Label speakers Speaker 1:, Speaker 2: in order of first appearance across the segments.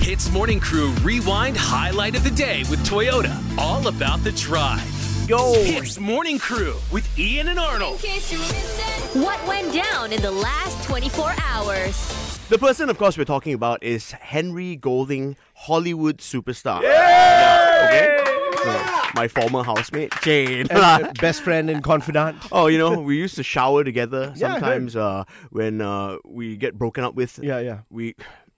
Speaker 1: Hits Morning Crew Rewind Highlight of the Day with Toyota. All about the drive.
Speaker 2: Yo.
Speaker 1: Hits Morning Crew with Ian and Arnold.
Speaker 3: What went down in the last 24 hours?
Speaker 2: The person, of course, we're talking about is Henry Golding, Hollywood superstar. Uh, my former housemate, Jane.
Speaker 4: best friend and confidant.
Speaker 2: oh, you know, we used to shower together sometimes uh, when uh, we get broken up with.
Speaker 4: Yeah, yeah.
Speaker 2: We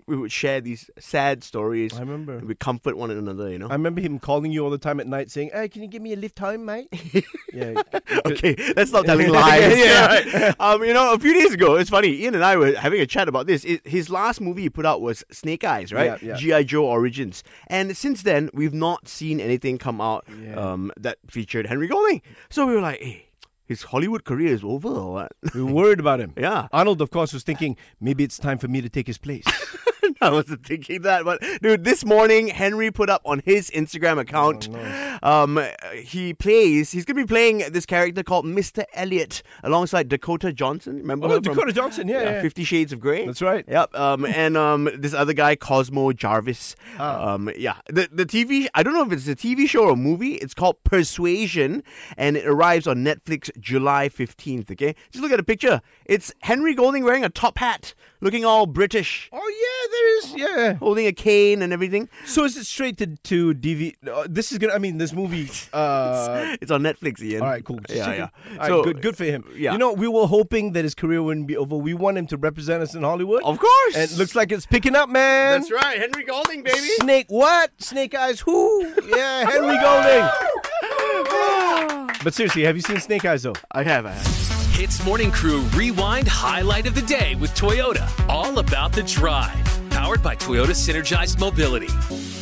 Speaker 2: we would share these sad stories.
Speaker 4: I remember.
Speaker 2: We comfort one another, you know.
Speaker 4: I remember him calling you all the time at night saying, Hey, can you give me a lift home, mate? yeah.
Speaker 2: okay, let's stop telling lies.
Speaker 4: Yeah,
Speaker 2: Right. Um, you know, a few days ago, it's funny. Ian and I were having a chat about this. It, his last movie he put out was Snake Eyes, right?
Speaker 4: Yeah, yeah.
Speaker 2: GI Joe Origins, and since then we've not seen anything come out um, that featured Henry Golding. So we were like, hey. His Hollywood career is over or what?
Speaker 4: We were worried about him.
Speaker 2: Yeah.
Speaker 4: Arnold, of course, was thinking, Maybe it's time for me to take his place.
Speaker 2: I wasn't thinking that, but dude, this morning Henry put up on his Instagram
Speaker 4: Oh,
Speaker 2: account. Um, he plays. He's gonna be playing this character called Mr. Elliot alongside Dakota Johnson. Remember
Speaker 4: oh,
Speaker 2: her from-
Speaker 4: Dakota Johnson. Yeah,
Speaker 2: Yeah,
Speaker 4: yeah.
Speaker 2: Fifty Shades of Grey.
Speaker 4: That's right.
Speaker 2: Yep. Um, and um, this other guy, Cosmo Jarvis.
Speaker 4: Ah.
Speaker 2: Um, yeah. The the TV. I don't know if it's a TV show or movie. It's called Persuasion, and it arrives on Netflix July fifteenth. Okay. Just look at the picture. It's Henry Golding wearing a top hat, looking all British,
Speaker 4: Oh, yeah, there is. Yeah.
Speaker 2: holding a cane and everything.
Speaker 4: So is it straight to, to DV? Uh, this is going to, I mean, this movie. Uh,
Speaker 2: It's on Netflix, Ian.
Speaker 4: All right, cool. Just
Speaker 2: Yeah,
Speaker 4: checking.
Speaker 2: yeah.
Speaker 4: All right, good, good for him.
Speaker 2: yeah.
Speaker 4: You know, we were hoping that his career wouldn't be over. We want him to represent us in Hollywood.
Speaker 2: Of course.
Speaker 4: And it looks like it's picking up, man.
Speaker 2: That's right, Henry Golding, baby.
Speaker 4: Snake what? Snake Eyes who? Yeah, Henry Golding. but seriously, have you seen Snake Eyes though?
Speaker 2: I have. I have.
Speaker 1: Hits Morning Crew Rewind Highlight of the Day with Toyota. All about the drive. Powered by Toyota Synergized Mobility.